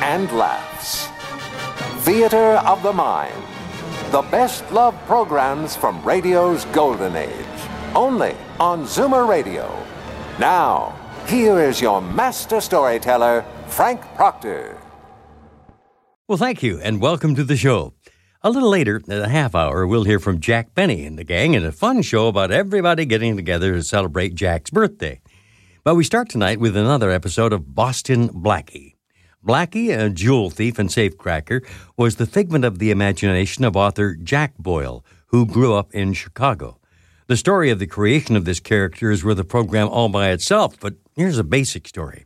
and laughs. Theater of the Mind. The best love programs from radio's golden age. Only on Zoomer Radio. Now, here is your master storyteller, Frank Proctor. Well, thank you, and welcome to the show. A little later, in a half hour, we'll hear from Jack Benny and the gang in a fun show about everybody getting together to celebrate Jack's birthday. But we start tonight with another episode of Boston Blackie. Blackie, a jewel thief and safecracker, was the figment of the imagination of author Jack Boyle, who grew up in Chicago. The story of the creation of this character is worth a program all by itself, but here's a basic story.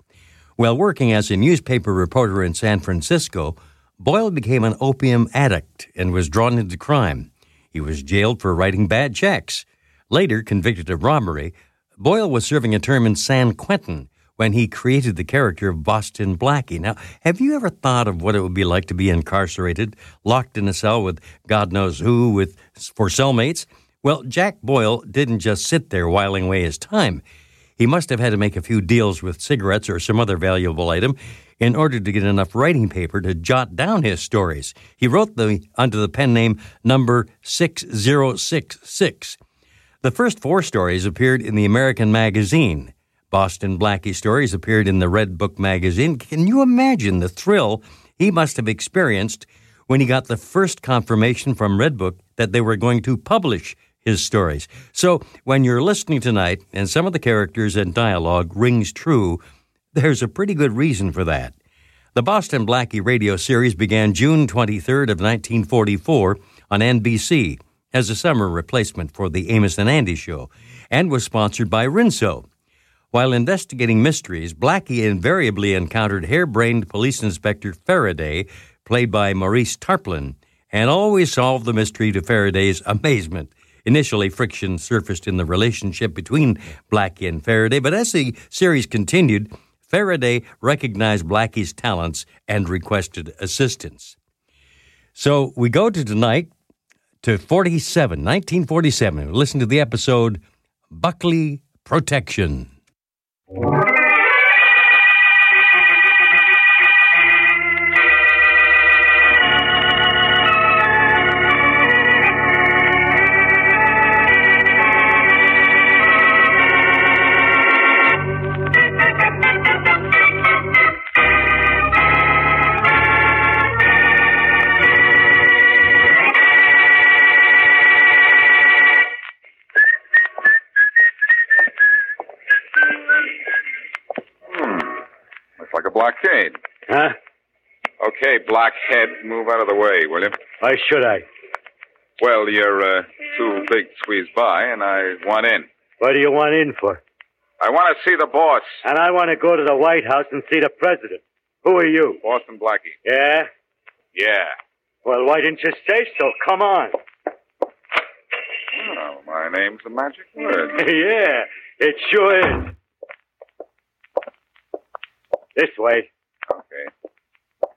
While working as a newspaper reporter in San Francisco, Boyle became an opium addict and was drawn into crime. He was jailed for writing bad checks. Later convicted of robbery, Boyle was serving a term in San Quentin when he created the character of Boston Blackie. Now, have you ever thought of what it would be like to be incarcerated, locked in a cell with God knows who, with for cellmates? Well, Jack Boyle didn't just sit there whiling away his time. He must have had to make a few deals with cigarettes or some other valuable item in order to get enough writing paper to jot down his stories. He wrote them under the pen name number 6066. The first four stories appeared in the American magazine. Boston Blackie stories appeared in the Red Book magazine. Can you imagine the thrill he must have experienced when he got the first confirmation from Red Book that they were going to publish his stories? So, when you're listening tonight and some of the characters and dialogue rings true, there's a pretty good reason for that. The Boston Blackie radio series began June 23rd of 1944 on NBC as a summer replacement for the Amos and Andy show and was sponsored by Rinso. While investigating mysteries, Blackie invariably encountered harebrained police inspector Faraday, played by Maurice Tarplin, and always solved the mystery to Faraday's amazement. Initially, friction surfaced in the relationship between Blackie and Faraday, but as the series continued, Faraday recognized Blackie's talents and requested assistance. So we go to tonight to 47, 1947. Listen to the episode Buckley Protection. It's like a blockade. Huh? Okay, blackhead, move out of the way, will you? Why should I? Well, you're uh, too big to squeeze by, and I want in. What do you want in for? I want to see the boss, And I want to go to the White House and see the president. Who are you? Boston Blackie. Yeah? Yeah. Well, why didn't you say so? Come on. Oh, my name's the magic word. yeah, it sure is. This way. Okay.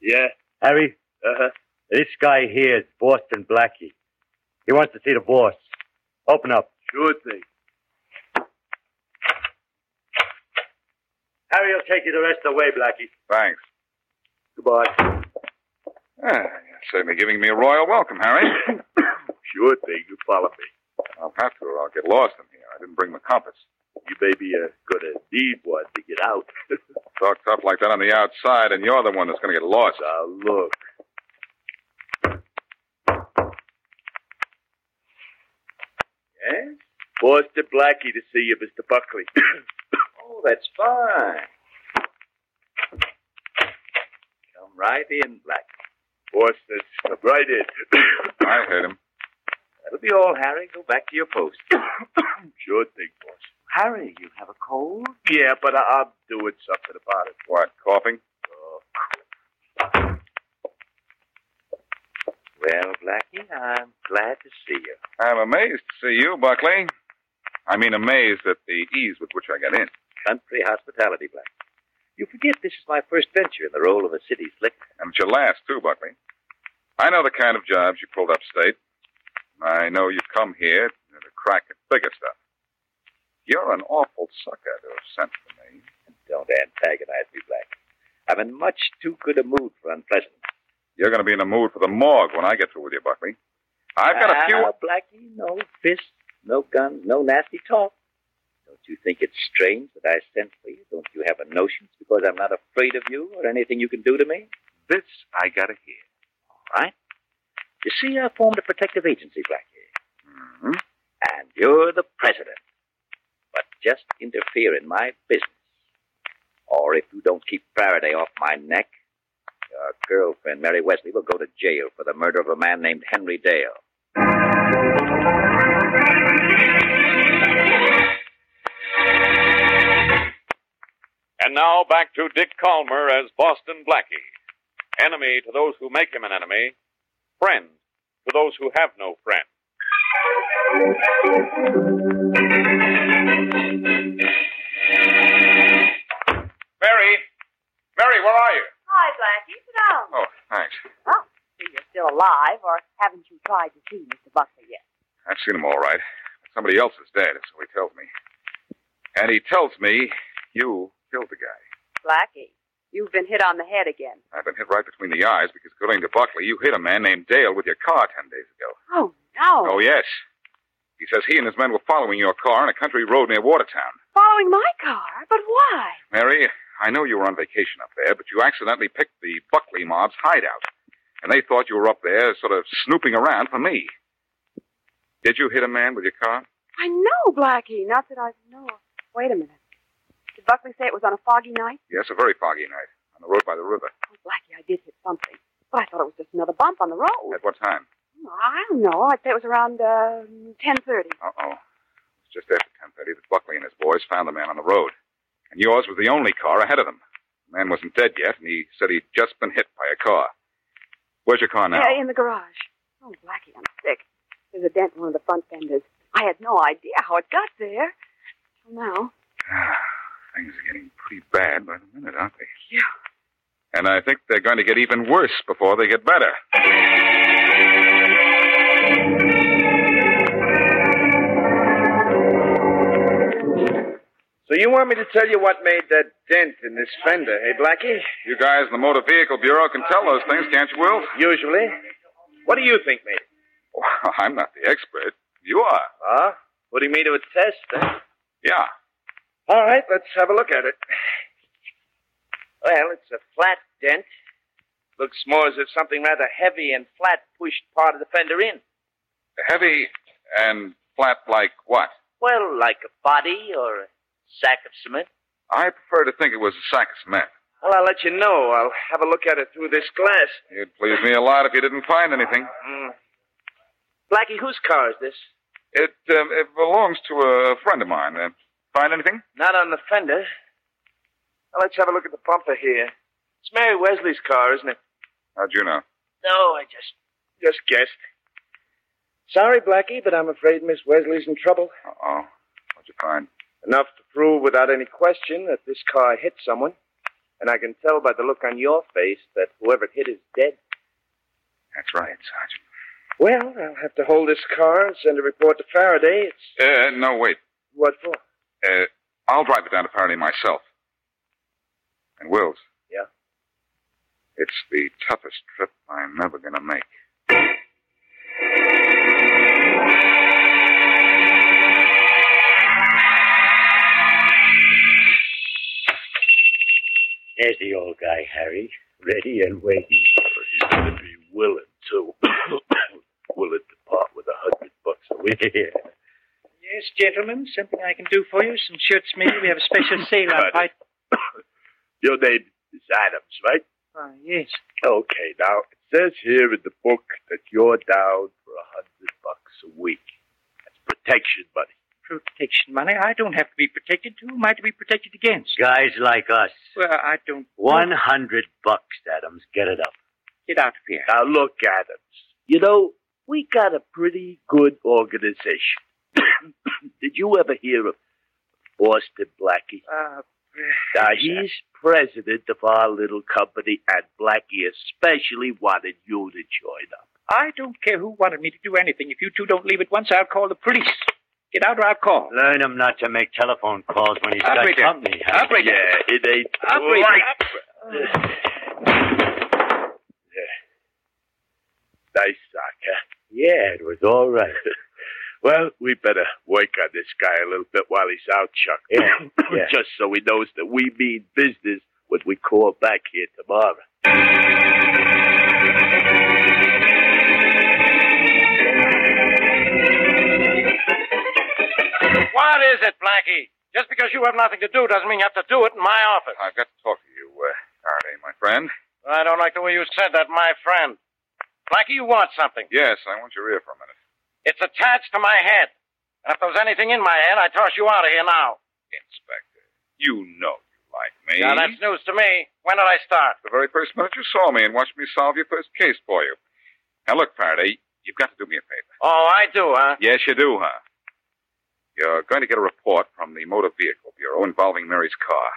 Yeah? Harry? Uh-huh. This guy here is Boston Blackie. He wants to see the boss. Open up. Sure thing. Harry will take you the rest of the way, Blackie. Thanks. Goodbye. Ah, you're certainly giving me a royal welcome, Harry. Sure thing. You follow me. I'll have to, or I'll get lost in here. I didn't bring my compass. You may be uh, going to need one to get out. Talk tough like that on the outside, and you're the one that's going to get lost. now, look. Eh? Yes? Boston Blackie to see you, Mr. Buckley. Oh, that's fine. Come right in, Black. Boston, come right in. I heard him. That'll be all, Harry. Go back to your post. Sure thing, boss. Harry, you have a cold? Yeah, but I- I'm doing something about it. What, coughing? Well, Blackie, I'm glad to see you. I'm amazed to see you, Buckley. I mean, amazed at the ease with which I got in. Country hospitality, Blackie. You forget this is my first venture in the role of a city slick. And at your last, too, Buckley. I know the kind of jobs you pulled upstate. I know you've come here to crack at bigger stuff. You're an awful sucker to have sent for me. Don't antagonize me, Blackie. I'm in much too good a mood for unpleasant. You're going to be in the mood for the morgue when I get through with you, Buckley. I've got a few. Ah, Blackie, no fists, no guns, no nasty talk. Don't you think it's strange that I sent for you? Don't you have a notion it's because I'm not afraid of you or anything you can do to me? This I gotta hear. All right? You see, I formed a protective agency, Blackie. And you're the president. But just interfere in my business. Or if you don't keep Faraday off my neck, your girlfriend, Mary Wesley, will go to jail for the murder of a man named Henry Dale. And now back to Dick Calmer as Boston Blackie. Enemy to those who make him an enemy, friend to those who have no friend. Mary! Mary, where are you? Hi, Blackie. Sit down. Oh, thanks. Oh, so you're still alive, or haven't you tried to see Mr. Buckley yet? I've seen him all right. But somebody else is dead, so he tells me. And he tells me you killed the guy. Blackie, you've been hit on the head again. I've been hit right between the eyes because, according to Buckley, you hit a man named Dale with your car ten days ago. Oh, no. Oh, yes. He says he and his men were following your car on a country road near Watertown. Following my car? But why? Mary, I know you were on vacation up there, but you accidentally picked the Buckley mob's hideout. And they thought you were up there sort of snooping around for me. Did you hit a man with your car? I know, Blackie. Not that I know. of. Wait a minute. Did Buckley say it was on a foggy night? Yes, a very foggy night on the road by the river. Oh, Blackie, I did hit something. But I thought it was just another bump on the road. At what time? Oh, I don't know. I'd say it was around uh, 10.30. Uh-oh. It was just after 10.30 that Buckley and his boys found the man on the road. And yours was the only car ahead of them. The man wasn't dead yet, and he said he'd just been hit by a car. Where's your car now? Yeah, in the garage. Oh, Blackie, I'm sick. There's a dent in one of the front fenders. I had no idea how it got there. Till now. Ah, Things are getting pretty bad by the minute, aren't they? Yeah. And I think they're going to get even worse before they get better. So you want me to tell you what made that dent in this fender, hey, Blackie? You guys in the Motor Vehicle Bureau can tell those things, can't you, Will? Usually. What do you think made it? Well, I'm not the expert. You are. Huh? What do you mean to a test? Huh? Yeah. All right, let's have a look at it. Well, it's a flat dent. Looks more as if something rather heavy and flat pushed part of the fender in. Heavy and flat like what? Well, like a body or a sack of cement. I prefer to think it was a sack of cement. Well, I'll let you know. I'll have a look at it through this glass. You'd please me a lot if you didn't find anything. Mm. Blackie, whose car is this? It, um, it belongs to a friend of mine. Uh, find anything? Not on the fender. Now let's have a look at the bumper here. It's Mary Wesley's car, isn't it? How'd you know? Oh, No, I just just guessed. Sorry, Blackie, but I'm afraid Miss Wesley's in trouble. Uh-oh. What'd you find? Enough to prove without any question that this car hit someone. And I can tell by the look on your face that whoever it hit is dead. That's right, Sergeant. Well, I'll have to hold this car and send a report to Faraday. It's Uh, no, wait. what for? Uh, I'll drive it down to Faraday myself. And Wills. Yeah? It's the toughest trip I'm ever going to make. There's the old guy, Harry. Ready and waiting. He's going to be willing to. willing to part with a hundred bucks a week. Yes, gentlemen, something I can do for you. Some shirts, maybe. We have a special sale on Cut white. Your name is Adams, right? Ah, yes. Okay, now it says here in the book that you're down for a hundred bucks. a week. That's protection, buddy. Protection money. I don't have to be protected. Who am I to be protected against? Guys like us. Well, I don't. One hundred bucks, Adams. Get it up. Get out of here. Now look, Adams. You know, we got a pretty good organization. Did you ever hear of Boston Blackie? Uh, Now, he's president of our little company, and Blackie especially wanted you to join up. I don't care who wanted me to do anything. If you two don't leave at once, I'll call the police. Get out or I'll call. Uh, Learn him not to make telephone calls when he's Operator. got company. Harry. Operator. Yeah, it ain't Operator. right. Nice sock, huh? Yeah, it was all right. Well, we better work on this guy a little bit while he's out, Chuck. Yeah, yeah. Just so he knows that we mean business when we call back here tomorrow. What is it, Blackie? Just because you have nothing to do doesn't mean you have to do it in my office. I've got to talk to you, uh, Faraday, my friend. I don't like the way you said that, my friend. Blackie, you want something. Yes, I want your ear for a minute. It's attached to my head. And if there's anything in my head, I toss you out of here now. Inspector, you know you like me. Now, that's news to me. When did I start? The very first minute you saw me and watched me solve your first case for you. Now, look, Faraday, you've got to do me a favor. Oh, I do, huh? Yes, you do, huh? You're going to get a report from the Motor Vehicle Bureau involving Mary's car.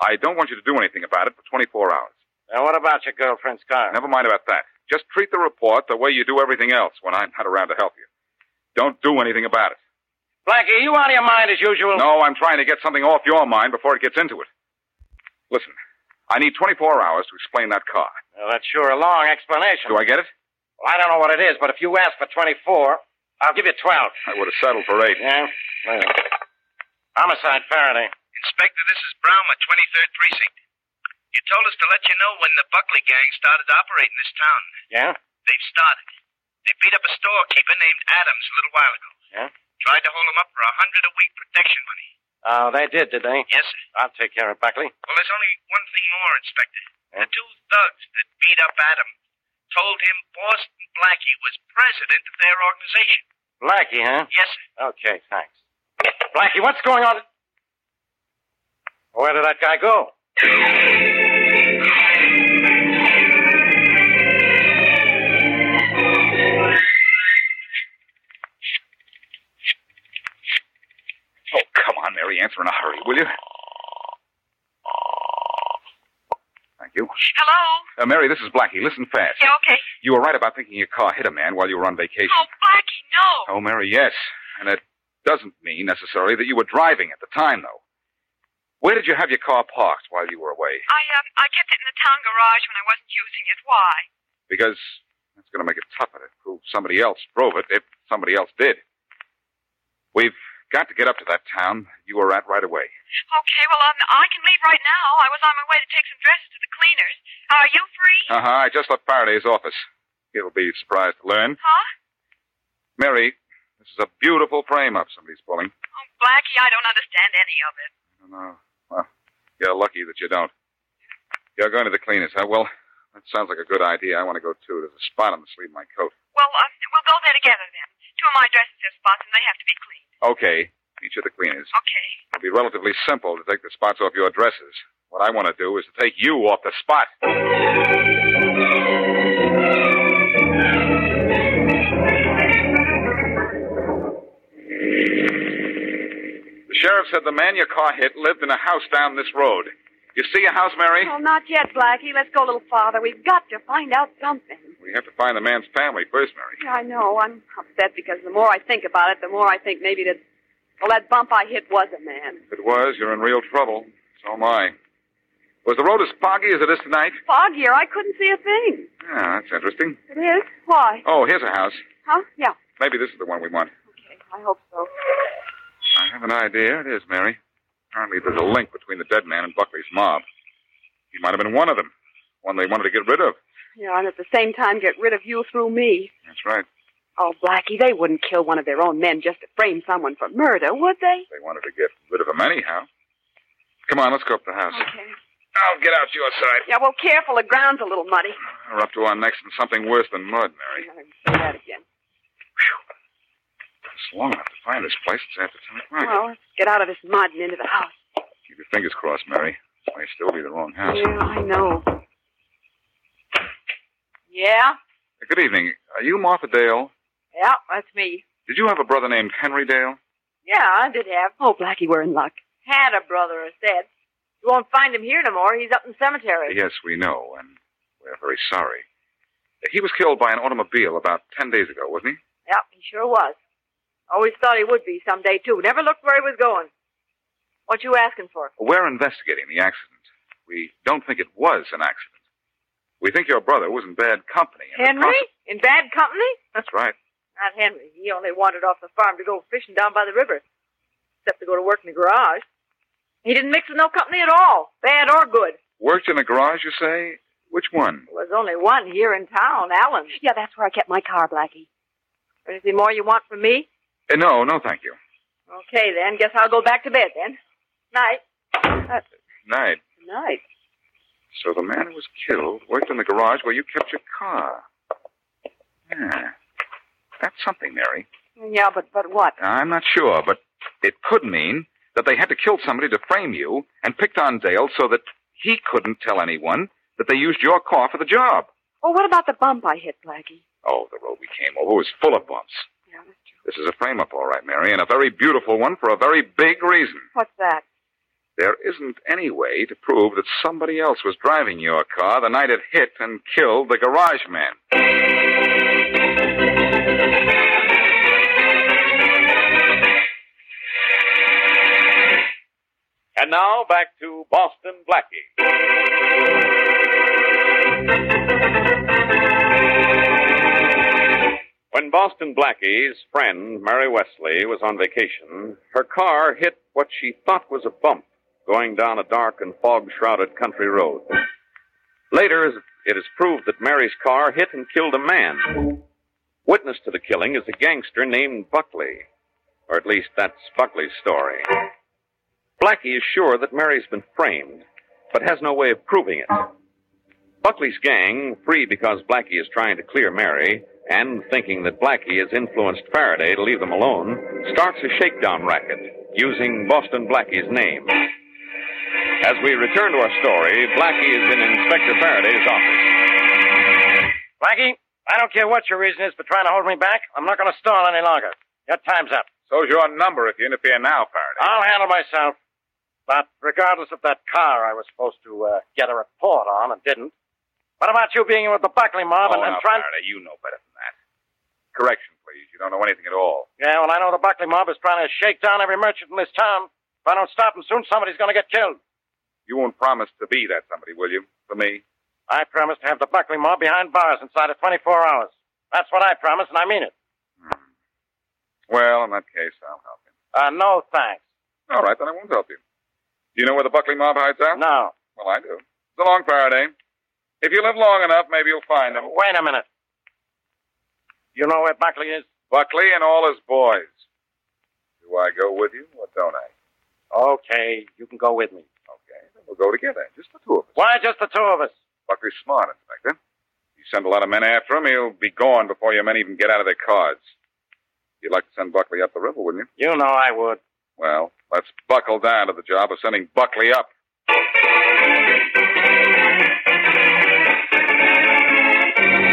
I don't want you to do anything about it for 24 hours. Now, what about your girlfriend's car? Never mind about that. Just treat the report the way you do everything else when I'm not around to help you. Don't do anything about it. Blackie, are you out of your mind as usual? No, I'm trying to get something off your mind before it gets into it. Listen, I need 24 hours to explain that car. Well, that's sure a long explanation. Do I get it? Well, I don't know what it is, but if you ask for 24, I'll give you 12. I would have settled for eight. Yeah? Well. Homicide, Faraday. Inspector, this is Brown with 23rd Precinct. You told us to let you know when the Buckley gang started operating this town. Yeah? They've started. They beat up a storekeeper named Adams a little while ago. Yeah? Tried to hold him up for a hundred a week protection money. Oh, they did, did they? Yes, sir. I'll take care of Buckley. Well, there's only one thing more, Inspector. Yeah? The two thugs that beat up Adams told him Boston Blackie was president of their organization. Blackie, huh? Yes, sir. Okay, thanks. Blackie, what's going on? Where did that guy go? Oh, come on, Mary. Answer in a hurry, will you? Thank you. Hello? Uh, Mary, this is Blackie. Listen fast. Yeah, okay. You were right about thinking your car hit a man while you were on vacation. Oh, Blackie, no. Oh, Mary, yes. And it doesn't mean necessarily that you were driving at the time, though. Where did you have your car parked while you were away? I, um, I kept it in the town garage when I wasn't using it. Why? Because that's going to make it tougher to prove somebody else drove it if somebody else did. We've got to get up to that town you were at right away. Okay, well, um, I can leave right now. I was on my way to take some dresses to the cleaners. Are you free? Uh huh. I just left Faraday's office. He'll be surprised to learn. Huh? Mary, this is a beautiful frame up somebody's pulling. Oh, Blackie, I don't understand any of it. I don't know. Well, you're lucky that you don't. You're going to the cleaners, huh? Well, that sounds like a good idea. I want to go too. There's a spot on the sleeve of my coat. Well, um, we'll go there together then. Two of my dresses have spots, and they have to be clean. Okay. Meet you at the cleaners. Okay. It'll be relatively simple to take the spots off your dresses. What I want to do is to take you off the spot. The sheriff said the man your car hit lived in a house down this road. You see a house, Mary? Well, not yet, Blackie. Let's go a little farther. We've got to find out something. We have to find the man's family first, Mary. Yeah, I know. I'm upset because the more I think about it, the more I think maybe that, well, that bump I hit was a man. If it was, you're in real trouble. So am I. Was the road as foggy as it is tonight? Foggier. I couldn't see a thing. Yeah, that's interesting. It is? Why? Oh, here's a house. Huh? Yeah. Maybe this is the one we want. I hope so. I have an idea. It is, Mary. Apparently, there's a link between the dead man and Buckley's mob. He might have been one of them, one they wanted to get rid of. Yeah, and at the same time get rid of you through me. That's right. Oh, Blackie, they wouldn't kill one of their own men just to frame someone for murder, would they? They wanted to get rid of him anyhow. Come on, let's go up the house. Okay. I'll get out your side. Yeah, well, careful. The ground's a little muddy. We're up to our necks in something worse than mud, Mary. Say that again. It's long enough to find this place. It's after 10 o'clock. Well, let's get out of this mud and into the house. Keep your fingers crossed, Mary. This may still be the wrong house. Yeah, I know. Yeah? Good evening. Are you Martha Dale? Yeah, that's me. Did you have a brother named Henry Dale? Yeah, I did have. Oh, Blackie, we're in luck. Had a brother, is dead. You won't find him here no more. He's up in the cemetery. Yes, we know, and we're very sorry. He was killed by an automobile about 10 days ago, wasn't he? Yep, he sure was. Always thought he would be someday, too. Never looked where he was going. What you asking for? We're investigating the accident. We don't think it was an accident. We think your brother was in bad company. and the Henry? conse- In bad company? That's right. Not Henry. He only wandered off the farm to go fishing down by the river, except to go to work in the garage. He didn't mix with no company at all, bad or good. Worked in a garage, you say? Which one? There was only one here in town, Allen. Yeah, that's where I kept my car, Blackie. Anything more you want from me? Uh, no, no, thank you. Okay, then. Guess I'll go back to bed, then. Night. Night. Night. So the man who was killed worked in the garage where you kept your car. Yeah. That's something, Mary. Yeah, but, but what? I'm not sure, but it could mean that they had to kill somebody to frame you and picked on Dale so that he couldn't tell anyone that they used your car for the job. Well, what about the bump I hit, Blackie? Oh, the road we came over was full of bumps. Yeah, that's This is a frame up, all right, Mary, and a very beautiful one for a very big reason. What's that? There isn't any way to prove that somebody else was driving your car the night it hit and killed the garage man. And now back to Boston Blackie. When Boston Blackie's friend, Mary Wesley, was on vacation, her car hit what she thought was a bump going down a dark and fog shrouded country road. Later, it is proved that Mary's car hit and killed a man. Witness to the killing is a gangster named Buckley, or at least that's Buckley's story. Blackie is sure that Mary's been framed, but has no way of proving it. Buckley's gang, free because Blackie is trying to clear Mary, and thinking that Blackie has influenced Faraday to leave them alone, starts a shakedown racket using Boston Blackie's name. As we return to our story, Blackie is in Inspector Faraday's office. Blackie, I don't care what your reason is for trying to hold me back. I'm not going to stall any longer. Your time's up. So's your number if you interfere now, Faraday. I'll handle myself. But regardless of that car I was supposed to uh, get a report on and didn't, what about you being with the Buckley mob and, oh, and now, trying... Faraday, you know better than that. Correction, please. You don't know anything at all. Yeah, well, I know the Buckley mob is trying to shake down every merchant in this town. If I don't stop them soon, somebody's going to get killed. You won't promise to be that somebody, will you? For me? I promise to have the Buckley mob behind bars inside of 24 hours. That's what I promise, and I mean it. Well, in that case, I'll help you. Uh, no thanks. All right, then I won't help you. Do you know where the Buckley mob hides out? No. Well, I do. So long, Faraday. If you live long enough, maybe you'll find him. Uh, Wait a minute. You know where Buckley is? Buckley and all his boys. Do I go with you or don't I? Okay, you can go with me. Okay, then we'll go together. Just the two of us. Why just the two of us? Buckley's smart, Inspector. You send a lot of men after him, he'll be gone before your men even get out of their cars. You'd like to send Buckley up the river, wouldn't you? You know I would. Well, let's buckle down to the job of sending Buckley up.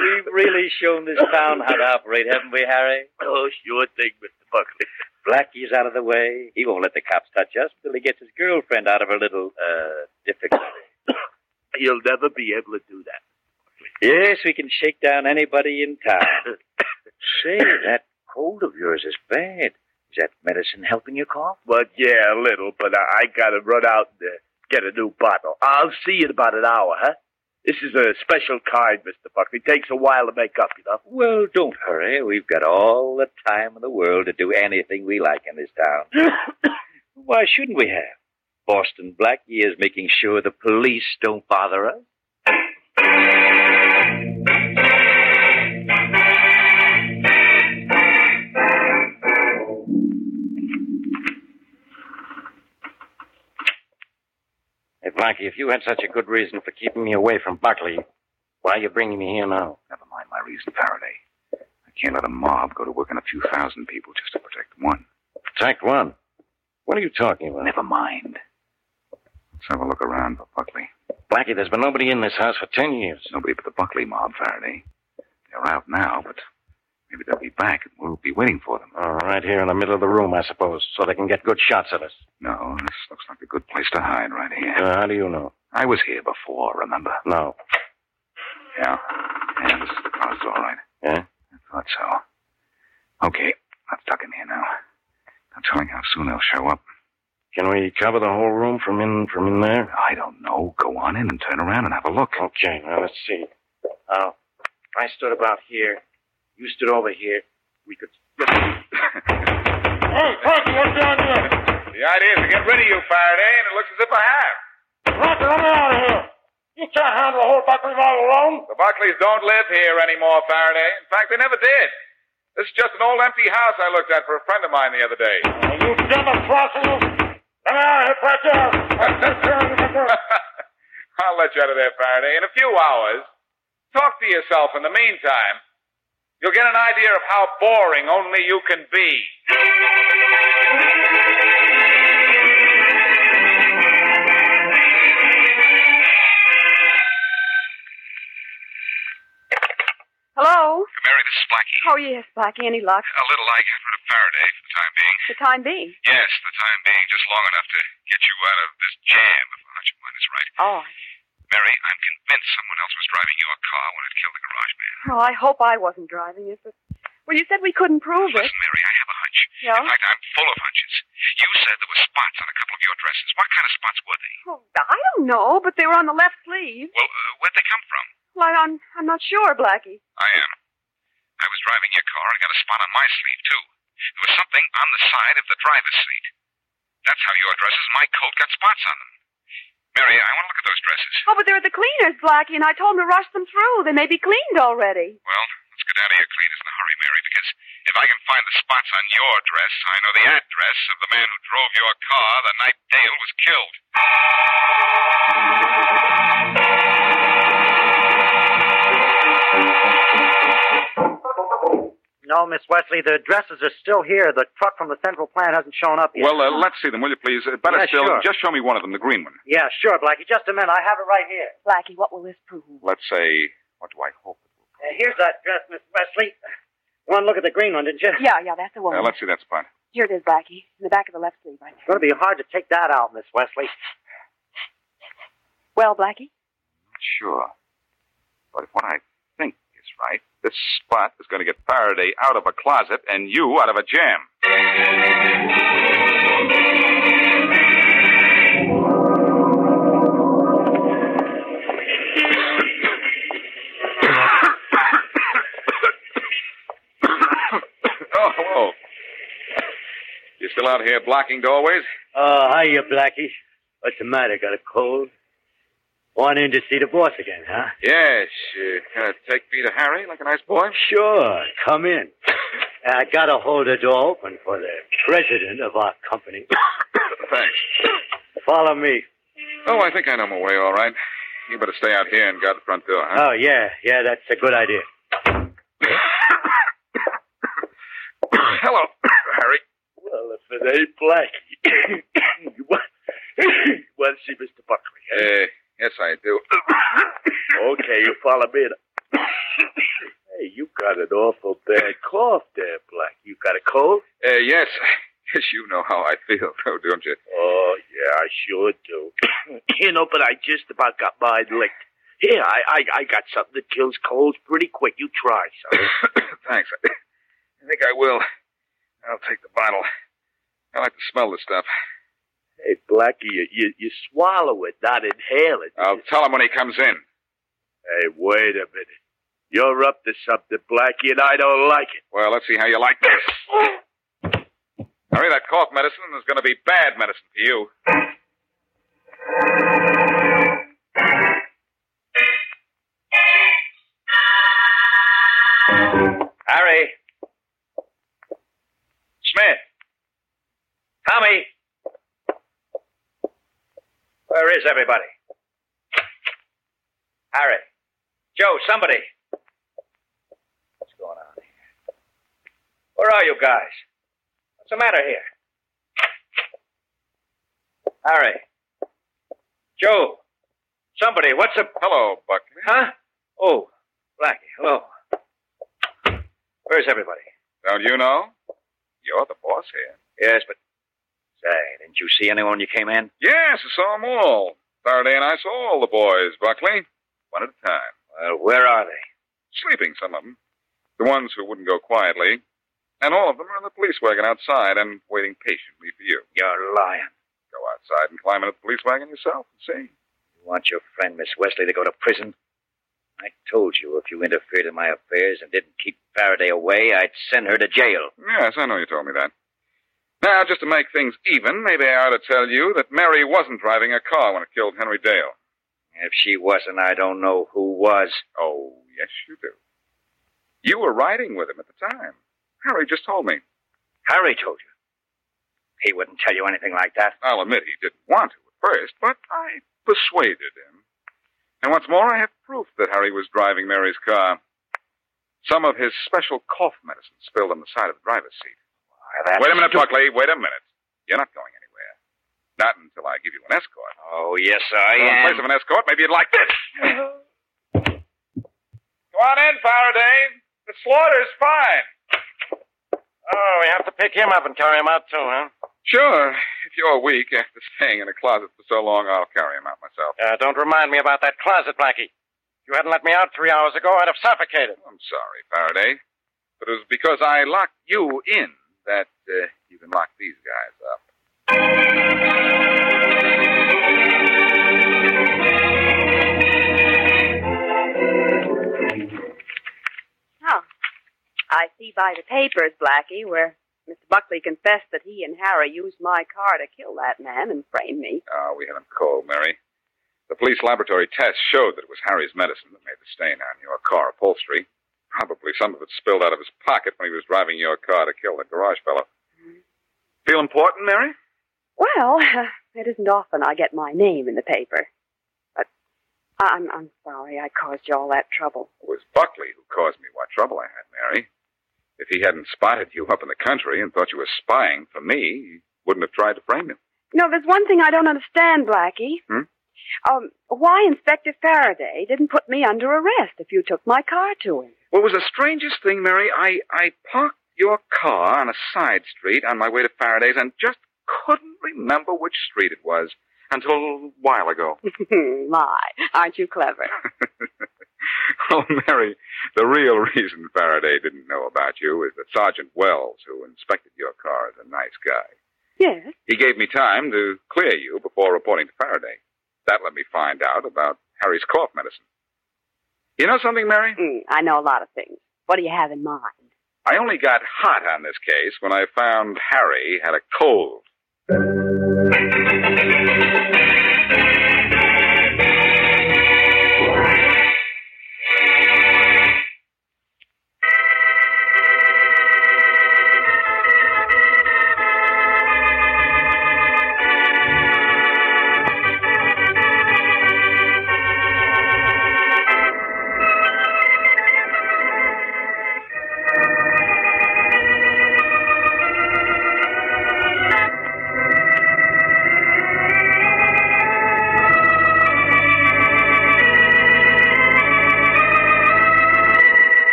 We've really shown this town how to operate, haven't we, Harry? Oh, sure thing, Mr. Buckley. Blackie's out of the way. He won't let the cops touch us till he gets his girlfriend out of her little, uh, difficulty. You'll never be able to do that. Yes, we can shake down anybody in town. Say, that cold of yours is bad. Is that medicine helping your cough? Well, yeah, a little, but I, I gotta run out and uh, get a new bottle. I'll see you in about an hour, huh? This is a special kind, Mr. Buckley. Takes a while to make up, you know. Well, don't hurry. We've got all the time in the world to do anything we like in this town. Why shouldn't we have? Boston Blackie is making sure the police don't bother us. Hey, Blackie, if you had such a good reason for keeping me away from Buckley, Why are you bringing me here now? Never mind my reason, Faraday. I can't let a mob go to work on a few thousand people just to protect one. Protect one? What are you talking about? Never mind. Let's have a look around for Buckley. Blackie, there's been nobody in this house for ten years. Nobody but the Buckley mob, Faraday. They're out now, but maybe they'll be back and we'll be waiting for them. Oh, right here in the middle of the room, I suppose, so they can get good shots at us. No, this looks like a good place to hide right here. Uh, how do you know? I was here before, remember? No. Yeah. Yeah, this is the closet, all right. Yeah? I thought so. Okay, I'm stuck in here now. No telling how soon they'll show up. Can we cover the whole room from in from in there? I don't know. Go on in and turn around and have a look. Okay, now let's see. Oh, I stood about here. You stood over here. We could. Hey, Parker, what's down there? The idea is to get rid of you, Faraday, and it looks as if I have. Roger, let me out of here. You can't handle the whole Buckley all alone. The Buckleys don't live here anymore, Faraday. In fact, they never did. This is just an old empty house I looked at for a friend of mine the other day. You devil crosses. Let me out of here, Parker. I'll let you out of there, Faraday, in a few hours. Talk to yourself in the meantime. You'll get an idea of how boring only you can be. Hello? Mary, this is Blackie. Oh, yes, Blackie. Any luck? A little I got rid of Faraday for the time being. The time being. Yes, for the time being, just long enough to get you out of this jam, if my hunch of mine is right. Oh, Mary, I'm convinced someone else was driving your car when it killed the garage man. well, Oh, I hope I wasn't driving it, but. Well, you said we couldn't prove it. Mary, I have a hunch. Yeah? In fact, I'm full of hunches. You said there were spots on a couple of your dresses. What kind of spots were they? Well, I don't know, but they were on the left sleeve. Well, uh, where'd they come from? Well, I, I'm, I'm not sure, Blackie. I am. I was driving your car and got a spot on my sleeve, too. There was something on the side of the driver's seat. That's how your dresses and my coat got spots on them. Mary, I want to look at those dresses. Oh, but they're at the cleaners, Blackie, and I told them to rush them through. They may be cleaned already. Well, let's get out of here cleaners in a hurry, Mary, because if I can find the spots on your dress, I know the address of the man who drove your car the night Dale was killed. No, Miss Wesley, the dresses are still here. The truck from the central plant hasn't shown up yet. Well, uh, let's see them, will you please? Uh, better Yeah, still, sure. just show me one of them, the green one. Yeah, sure, Blackie. Just a minute. I have it right here. Blackie, what will this prove? Let's say, what do I hope? Uh, here's that dress, Miss Wesley. One look at the green one, didn't you? Yeah, yeah, that's the woman. Uh, let's see that spot. Here it is, Blackie, in the back of the left sleeve. Right. It's going to be hard to take that out, Miss Wesley. Well, Blackie, Sure. But if what I think is right, this spot is going to get Faraday out of a closet and you out of a jam. oh, hello. You still out here blocking doorways? Uh, Hi, you Blackie. What's the matter? Got a cold? Want in to see the boss again, huh? Yes. You gonna take me to Harry like a nice boy? Sure. Come in. I gotta hold the door open for the president of our company. Thanks. Follow me. Oh, I think I know my way all right. You better stay out here and guard the front door, huh? Oh, yeah, yeah, that's a good idea. Oh, Hello, Harry. Well, if it ain't Blackie. you, want, you want to see Mr. Buckley, Uh, yes, I do. eh? Okay, you follow me. in. hey, you got an awful bad cough there, Blackie. You got a cold? Uh, yes, yes, you know how I feel, though, don't you? Oh, yeah, I sure do. you know, but I just about got mine licked. Here, I, I, I got something that kills colds pretty quick. You try, son. Thanks. I think I will. I'll take the bottle. I like to smell this stuff. hey, Blackie, you, you, you swallow it, not inhale it. I'll tell him when he comes in. Hey, wait a minute. You're up to something, Blackie, and I don't like it. Well, let's see how you like this. Harry, that cough medicine is going to be bad medicine for you. Harry. Smith. Tommy. Where is everybody? Harry. Joe, somebody. What's going on here? Where are you guys? What's the matter here? Harry. Joe. Somebody, what's the. Hello, Buckley. Huh? Oh, Blackie, hello. Where's everybody? Don't you know? You're the boss here. Yes, but. Say, didn't you see anyone when you came in? Yes, I saw 'em all. Faraday and I saw all the boys, Buckley. One at a time. Well, where are they? Sleeping, some of 'em. The ones who wouldn't go quietly. And all of them are in the police wagon outside and waiting patiently for you. You're lying. Go outside and climb into the police wagon yourself and see. You want your friend, Miss Wesley, to go to prison? I told you if you interfered in my affairs and didn't keep Faraday away, I'd send her to jail. Yes, I know you told me that. Now, just to make things even, maybe I ought to tell you that Mary wasn't driving a car when it killed Henry Dale. If she wasn't, I don't know who was. Oh, yes, you do. You were riding with him at the time. Harry just told me. Harry told you? He wouldn't tell you anything like that. I'll admit he didn't want to at first, but I persuaded him. And what's more, I have proof that Harry was driving Mary's car. Some of his special cough medicine spilled on the side of the driver's seat. that's wait a minute, stu- Buckley. Wait a minute. You're not going anywhere. Not until I give you an escort. Oh, yes, I so In am. place of an escort, maybe you'd like this. Go on in, Faraday. The slaughter's fine. Oh, we have to pick him up and carry him out, too, huh? Sure. If you're weak after staying in a closet for so long, I'll carry him out myself. Uh, don't remind me about that closet, Blackie. If you hadn't let me out three hours ago, I'd have suffocated. I'm sorry, Faraday. But it was because I locked you in that uh, you can lock these guys up. Oh. I see by the papers, Blackie, where Mr. Buckley confessed that he and Harry used my car to kill that man and frame me. Oh, we had him cold, Mary. The police laboratory test showed that it was Harry's medicine that made the stain on your car upholstery. Probably some of it spilled out of his pocket when he was driving your car to kill the garage fellow. Mm-hmm. Feel important, Mary? Well, it isn't often I get my name in the paper. But I'm, I'm sorry I caused you all that trouble. It was Buckley who caused me what trouble I had, Mary. If he hadn't spotted you up in the country and thought you were spying for me, he wouldn't have tried to frame you. No, there's one thing I don't understand, Blackie. Hmm? Um, why Inspector Faraday didn't put me under arrest if you took my car to him? What was the strangest thing, Mary? I, I parked your car on a side street on my way to Faraday's and just couldn't remember which street it was until a while ago. my, aren't you clever? oh, Mary, the real reason Faraday didn't know about you is that Sergeant Wells, who inspected your car, is a nice guy. yes. He gave me time to clear you before reporting to Faraday. That let me find out about Harry's cough medicine. You know something, Mary? Mm, I know a lot of things. What do you have in mind? I only got hot on this case when I found Harry had a cold.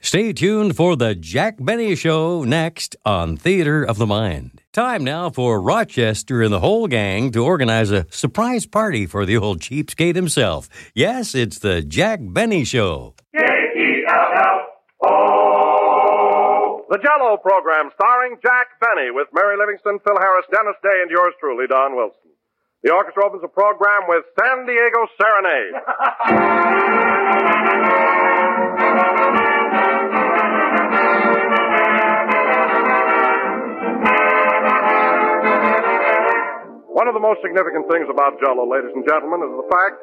Stay tuned for the Jack Benny Show next on Theater of the Mind. Time now for Rochester and the whole gang to organize a surprise party for the old cheapskate himself. Yes, it's the Jack Benny Show. The Jello program starring Jack Benny with Mary Livingston, Phil Harris, Dennis Day, and yours truly, Don Wilson. The orchestra opens the program with San Diego Serenade. One of the most significant things about Jello, ladies and gentlemen, is the fact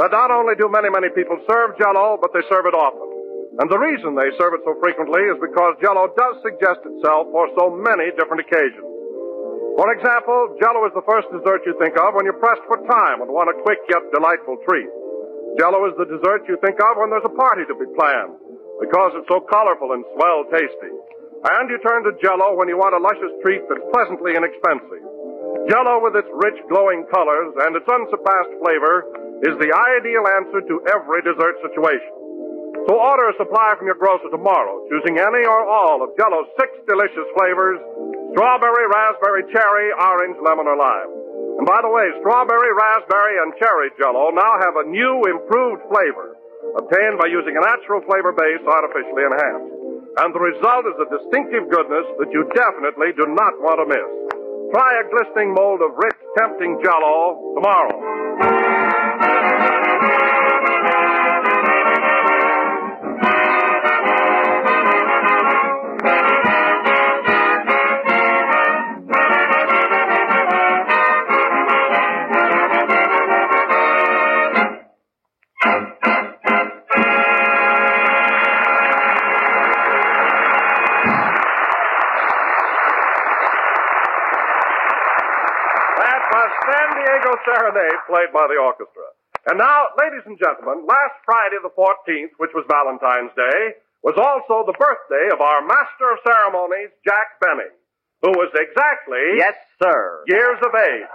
that not only do many, many people serve Jello, but they serve it often. And the reason they serve it so frequently is because Jello does suggest itself for so many different occasions. For example, Jello is the first dessert you think of when you're pressed for time and want a quick yet delightful treat. Jello is the dessert you think of when there's a party to be planned because it's so colorful and swell tasty. And you turn to Jello when you want a luscious treat that's pleasantly inexpensive. Jello, with its rich, glowing colors and its unsurpassed flavor, is the ideal answer to every dessert situation. So order a supply from your grocer tomorrow, choosing any or all of Jello's six delicious flavors: strawberry, raspberry, cherry, orange, lemon, or lime. And by the way, strawberry, raspberry, and cherry Jello now have a new, improved flavor, obtained by using a natural flavor base artificially enhanced. And the result is a distinctive goodness that you definitely do not want to miss. Try a glistening mold of rich, tempting Jello tomorrow. That was San Diego Serenade played by the orchestra. And now, ladies and gentlemen, last Friday the 14th, which was Valentine's Day, was also the birthday of our master of ceremonies, Jack Benny, who was exactly. Yes, sir. Years of age.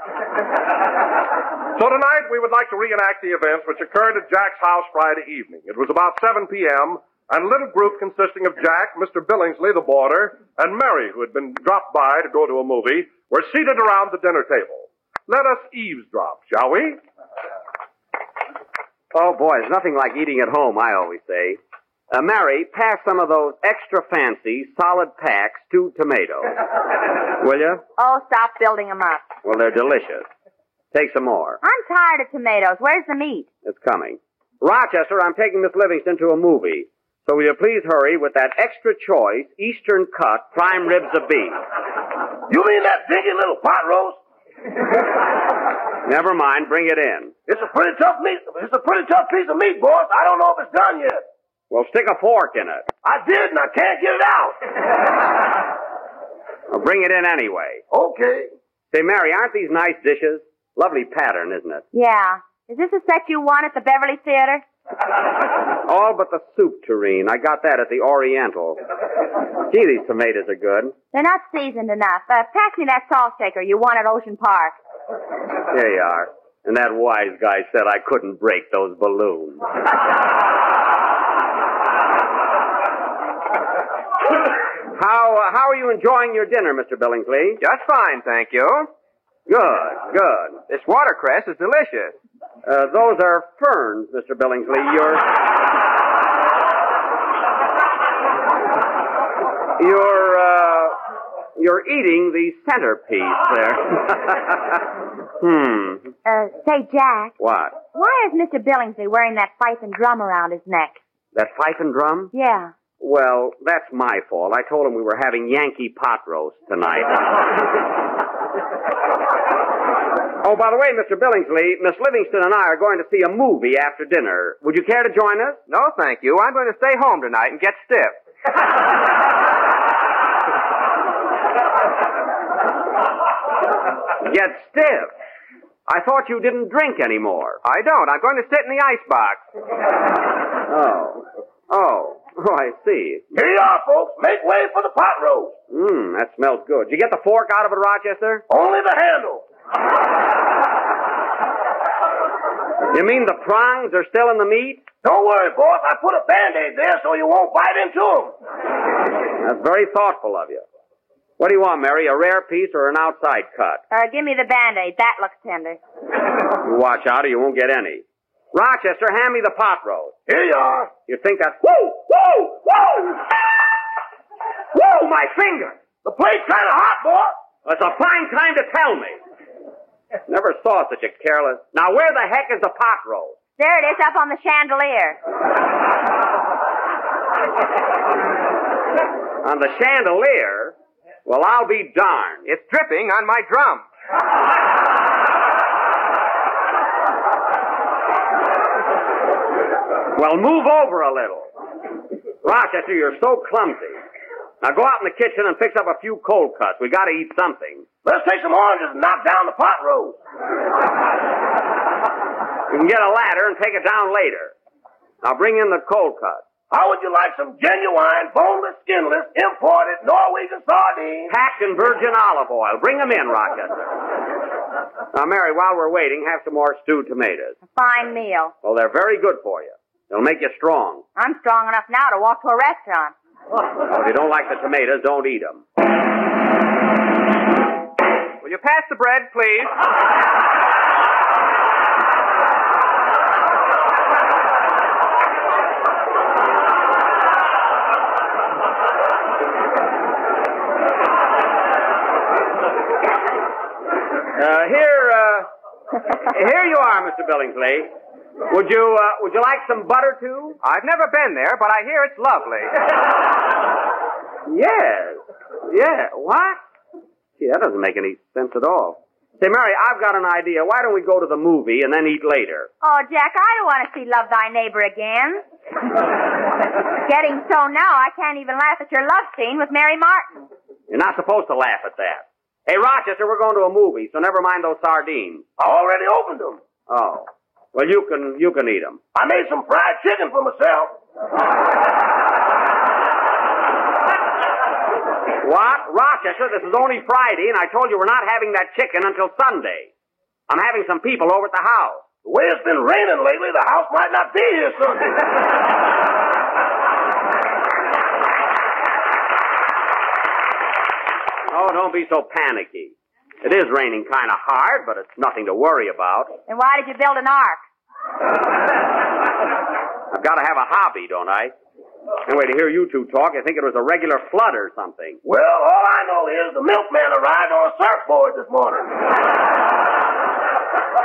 So tonight we would like to reenact the events which occurred at Jack's house Friday evening. It was about 7 p.m., and a little group consisting of Jack, Mr. Billingsley, the boarder, and Mary, who had been dropped by to go to a movie, were seated around the dinner table. Let us eavesdrop, shall we? Oh, boy, there's nothing like eating at home, I always say. Uh, Mary, pass some of those extra fancy, solid packs to tomatoes. Will you? Oh, stop building them up. Well, they're delicious. Take some more. I'm tired of tomatoes. Where's the meat? It's coming. Rochester, I'm taking Miss Livingston to a movie. So will you please hurry with that extra choice, Eastern cut, prime ribs of beef. You mean that dingy little pot roast? Never mind, bring it in. It's a pretty tough meat. It's a pretty tough piece of meat, boss. I don't know if it's done yet. Well, stick a fork in it. I did, and I can't get it out. Well, bring it in anyway. Okay. Say, Mary, aren't these nice dishes? Lovely pattern, isn't it? Yeah. Is this a set you won at the Beverly Theater? All but the soup tureen. I got that at the Oriental. Gee, these tomatoes are good. They're not seasoned enough. Uh, pass me that salt shaker you won at Ocean Park. Here you are. And that wise guy said I couldn't break those balloons. How uh, how are you enjoying your dinner, Mr. Billingsley? Just fine, thank you. Good, good. This watercress is delicious. Uh, those are ferns, Mr. Billingsley. You're you're uh, you're eating the centerpiece there. hmm. Uh, say, Jack, What? why is Mr. Billingsley wearing that fife and drum around his neck? That fife and drum? Yeah. Well, that's my fault. I told him we were having Yankee pot roast tonight. oh, by the way, Mr. Billingsley, Miss Livingston and I are going to see a movie after dinner. Would you care to join us? No, thank you. I'm going to stay home tonight and get stiff. Get stiff. I thought you didn't drink anymore. I don't. I'm going to sit in the icebox. Oh. Oh. Oh, I see. Uh, Here you are, folks. Make way for the pot roast. Mmm, that smells good. Did you get the fork out of it, Rochester? Only the handle. You mean the prongs are still in the meat? Don't worry, boss. I put a band-aid there so you won't bite into them. That's very thoughtful of you. What do you want, Mary? A rare piece or an outside cut? Uh, give me the Band-Aid. That looks tender. You watch out or you won't get any. Rochester, hand me the pot roast. Here you are. You think that's. Whoa! Whoa! Whoa! Whoa, my finger! The plate's kind of hot, boy. That's a fine time to tell me. Never saw such a careless. Now, where the heck is the pot roast? There it is, up on the chandelier. On the chandelier? Well, I'll be darned. It's dripping on my drum. Well, move over a little. Rochester, you're so clumsy. Now go out in the kitchen and fix up a few cold cuts. We gotta eat something. Let's take some oranges and knock down the pot roast. You can get a ladder and take it down later. Now bring in the cold cuts. How would you like some genuine, boneless, skinless, imported Norwegian sardines? Packed in virgin olive oil. Bring them in, Rochester. Now, Mary, while we're waiting, have some more stewed tomatoes. Fine meal. Well, they're very good for you. They'll make you strong. I'm strong enough now to walk to a restaurant. Well, if you don't like the tomatoes, don't eat them. Will you pass the bread, please? Uh, here, uh, here you are, Mr. Billingsley. Would you, uh, would you like some butter too? I've never been there, but I hear it's lovely. yes, yeah. What? Gee, that doesn't make any sense at all. Say, Mary, I've got an idea. Why don't we go to the movie and then eat later? Oh, Jack, I don't want to see Love Thy Neighbor again. Getting so now, I can't even laugh at your love scene with Mary Martin. You're not supposed to laugh at that. Hey, Rochester, we're going to a movie, so never mind those sardines. I already opened them. Oh. Well, you can you can eat them. I made some fried chicken for myself. What? Rochester, this is only Friday, and I told you we're not having that chicken until Sunday. I'm having some people over at the house. The way it's been raining lately, the house might not be here Sunday. Oh, don't be so panicky. It is raining kind of hard, but it's nothing to worry about. Then why did you build an ark? I've got to have a hobby, don't I? Anyway, to hear you two talk, I think it was a regular flood or something. well, all I know is the milkman arrived on a surfboard this morning.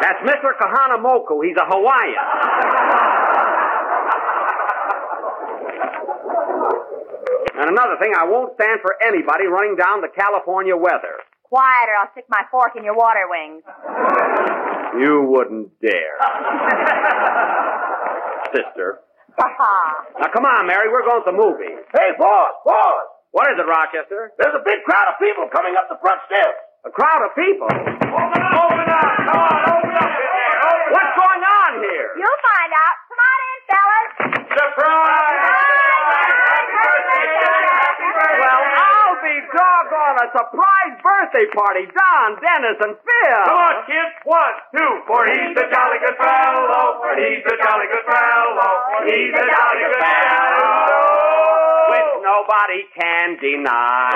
That's Mr. Kahana Moku. He's a Hawaiian. And another thing, I won't stand for anybody running down the California weather. Quiet, or I'll stick my fork in your water wings. You wouldn't dare, sister. Now, come on, Mary. We're going to the movie. Hey, boss, boss. What is it, Rochester? There's a big crowd of people coming up the front steps. A crowd of people? Open up, open up. Come on, open up in there. Open What's going on here? You'll find out. Come on in, fellas. Surprise! Well, I'll be doggone a surprise birthday party. Don, Dennis, and Phil. Come on, kids. One, two. For he's a jolly good fellow. For he's a jolly good fellow. For he's a jolly good fellow. Which nobody can deny.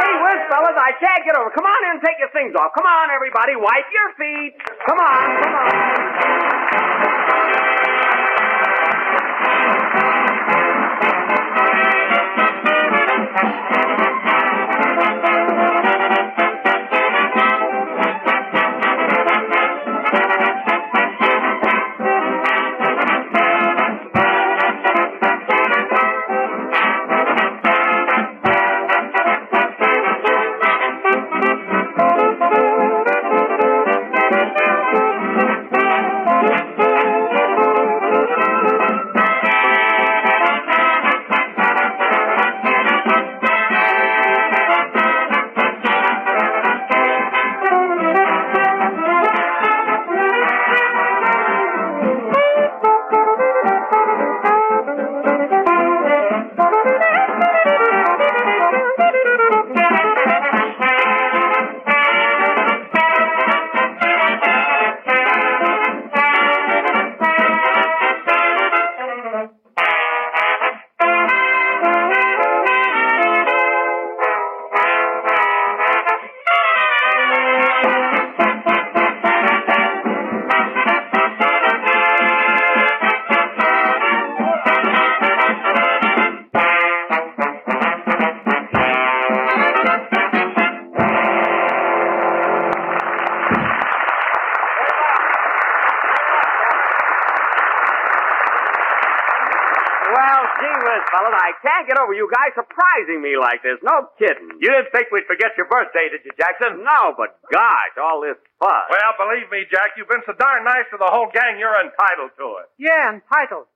Gee whiz, fellas, I can't get over. Come on in and take your things off. Come on, everybody. Wipe your feet. Come on, come on. can't get over you guys surprising me like this. No kidding. You didn't think we'd forget your birthday, did you, Jackson? No, but gosh, all this fuss. Well, believe me, Jack, you've been so darn nice to the whole gang, you're entitled to it. Yeah, entitled.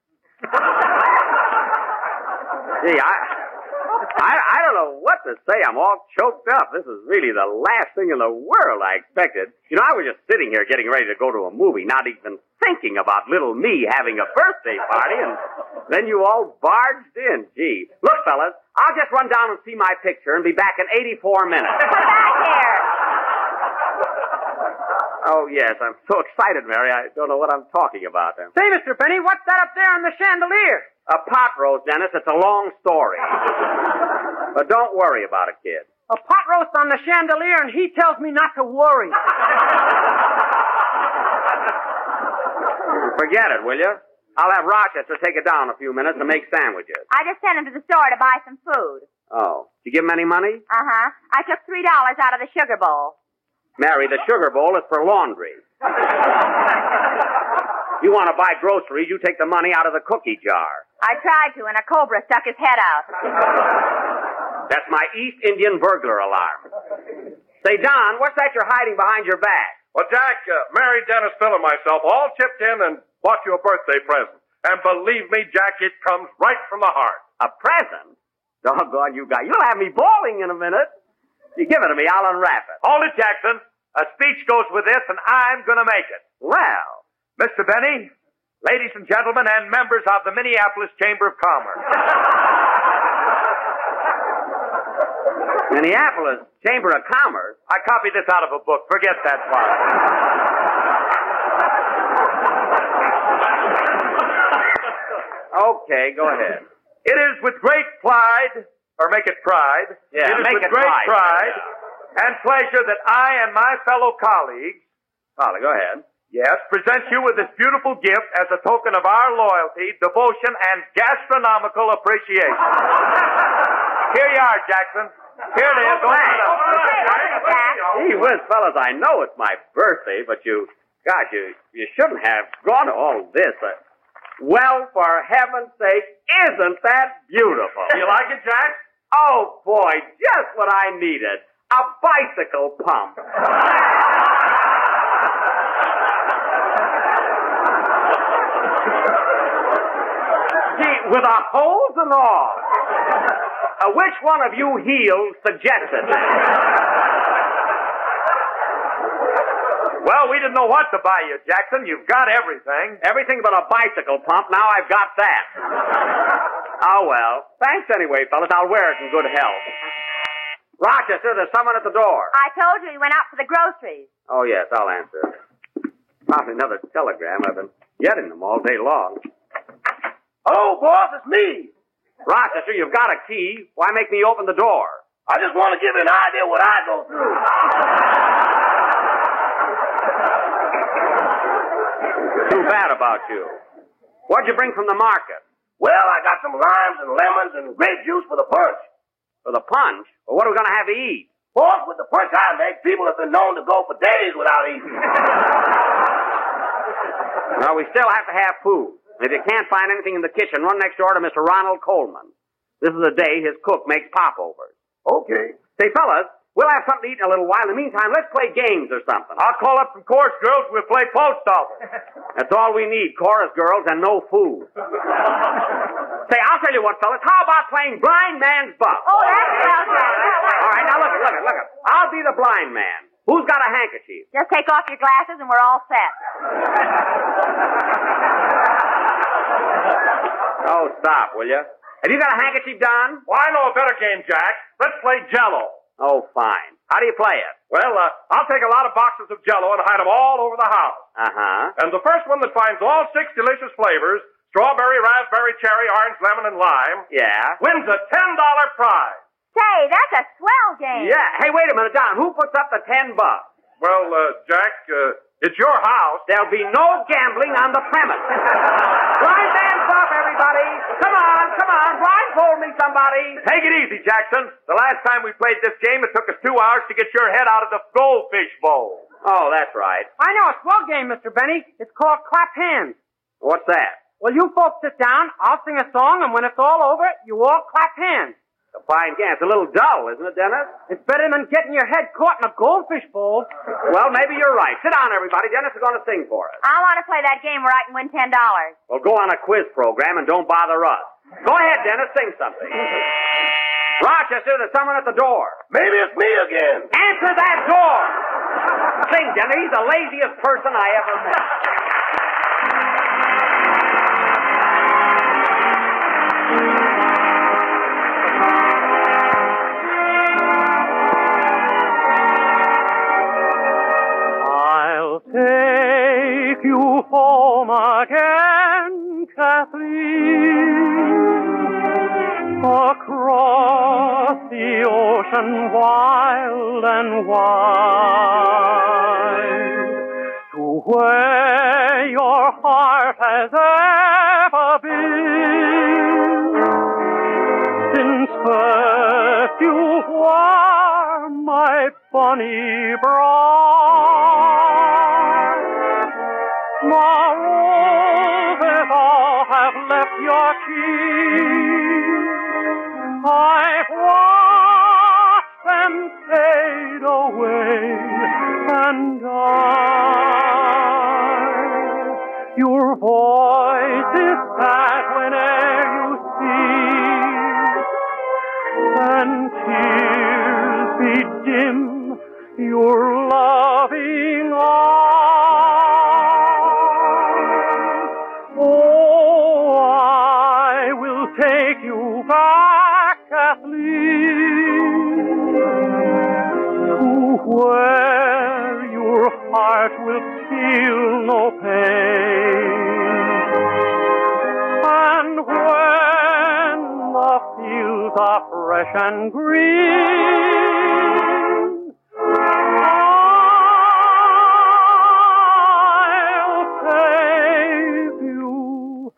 Gee, I, I, I don't know what to say. I'm all choked up. This is really the last thing in the world I expected. You know, I was just sitting here getting ready to go to a movie, not even thinking about little me having a birthday party, and then you all barged in. Gee, look, fellas, I'll just run down and see my picture and be back in 84 minutes. Oh, yes, I'm so excited, Mary. I don't know what I'm talking about. Um, Say, Mr. Penny, what's that up there on the chandelier? A pot roast, Dennis. It's a long story. but don't worry about it, kid. A pot roast on the chandelier, and he tells me not to worry. Forget it, will you? I'll have Rochester take it down in a few minutes and make sandwiches. I just sent him to the store to buy some food. Oh, did you give him any money? Uh huh. I took $3 out of the sugar bowl. Mary, the sugar bowl is for laundry. You want to buy groceries, you take the money out of the cookie jar. I tried to, and a cobra stuck his head out. That's my East Indian burglar alarm. Say, Don, what's that you're hiding behind your back? Well, Jack, uh, Mary, Dennis, Phil, and myself all chipped in and bought you a birthday present. And believe me, Jack, it comes right from the heart. A present? Doggone you guys. You'll have me bawling in a minute. You give it to me, I'll unwrap it. Hold it, Jackson. A speech goes with this, and I'm going to make it. Well, Mr. Benny, ladies and gentlemen, and members of the Minneapolis Chamber of Commerce. Minneapolis Chamber of Commerce. I copied this out of a book. Forget that part. Okay, go ahead. It is with great pride, or make it pride. Yeah, it is make with it great pride. pride and pleasure that I and my fellow colleagues Polly, go ahead. Yes, present you with this beautiful gift as a token of our loyalty, devotion, and gastronomical appreciation. Here you are, Jackson. Here it is. Oh, Open it up. Gee whiz, fellas, I know it's my birthday, but you, gosh, you, you shouldn't have gone to all this. Uh, well, for heaven's sake, isn't that beautiful? You like it, Jack? Oh, boy, just what I needed. A bicycle pump. Gee, with a hose and all. Uh, which one of you heels suggested Well, we didn't know what to buy you, Jackson. You've got everything. Everything but a bicycle pump. Now I've got that. Oh, well. Thanks anyway, fellas. I'll wear it in good health. Rochester, there's someone at the door. I told you he went out for the groceries. Oh, yes, I'll answer. Probably another telegram. I've been getting them all day long. Hello, Oh, boss, it's me. Rochester, you've got a key. Why make me open the door? I just want to give you an idea what I go through. Too bad about you. What'd you bring from the market? Well, I got some limes and lemons and grape juice for the punch. For the punch? Well, what are we going to have to eat? Boss, with the punch I make, people have been known to go for days without eating. Well, we still have to have food. And if you can't find anything in the kitchen, run next door to Mr. Ronald Coleman. This is the day his cook makes popovers. Okay. Say, fellas, we'll have something to eat in a little while. In the meantime, let's play games or something. I'll call up some chorus girls. We'll play post office. That's all we need, chorus girls and no food. Say, I'll tell you what, fellas. How about playing blind man's buff? Oh, that sounds All right, now look, it, look, it, look. it. I'll be the blind man. Who's got a handkerchief? Just take off your glasses and we're all set. Oh, stop, will you? Have you got a handkerchief, Don? Well, I know a better game, Jack. Let's play Jello. Oh, fine. How do you play it? Well, uh, I'll take a lot of boxes of Jello and hide them all over the house. Uh huh. And the first one that finds all six delicious flavors, strawberry, raspberry, cherry, orange, lemon, and lime, Yeah. wins a $10 prize. Say, that's a swell game. Yeah. Hey, wait a minute, Don. Who puts up the ten bucks? Well, uh, Jack, uh, it's your house. There'll be no gambling on the premise. Blind man's buff, everybody. Come on, come on. Blindfold me, somebody. Take it easy, Jackson. The last time we played this game, it took us two hours to get your head out of the goldfish bowl. Oh, that's right. I know a swell game, Mr. Benny. It's called Clap Hands. What's that? Well, you folks sit down. I'll sing a song, and when it's all over, you all clap hands. A fine can. It's a little dull, isn't it, Dennis? It's better than getting your head caught in a goldfish bowl. Well, maybe you're right. Sit down, everybody. Dennis is going to sing for us. I want to play that game where I can win ten dollars. Well, go on a quiz program and don't bother us. Go ahead, Dennis. Sing something. Rochester, there's someone at the door. Maybe it's me again. Answer that door. Sing, Dennis. He's the laziest person I ever met. I'll take you home again, Kathleen. Across the ocean wild and wide. To where your heart has ever been. Since first you were my bonny bride. Moreover, all have left your keys. I've watched them fade away, and I, your voice is sad whenever you speak, and tears bedim your loving arms. Oh, I will take you back, Kathleen, to where your heart will feel no pain. And when the fields are fresh and green, save you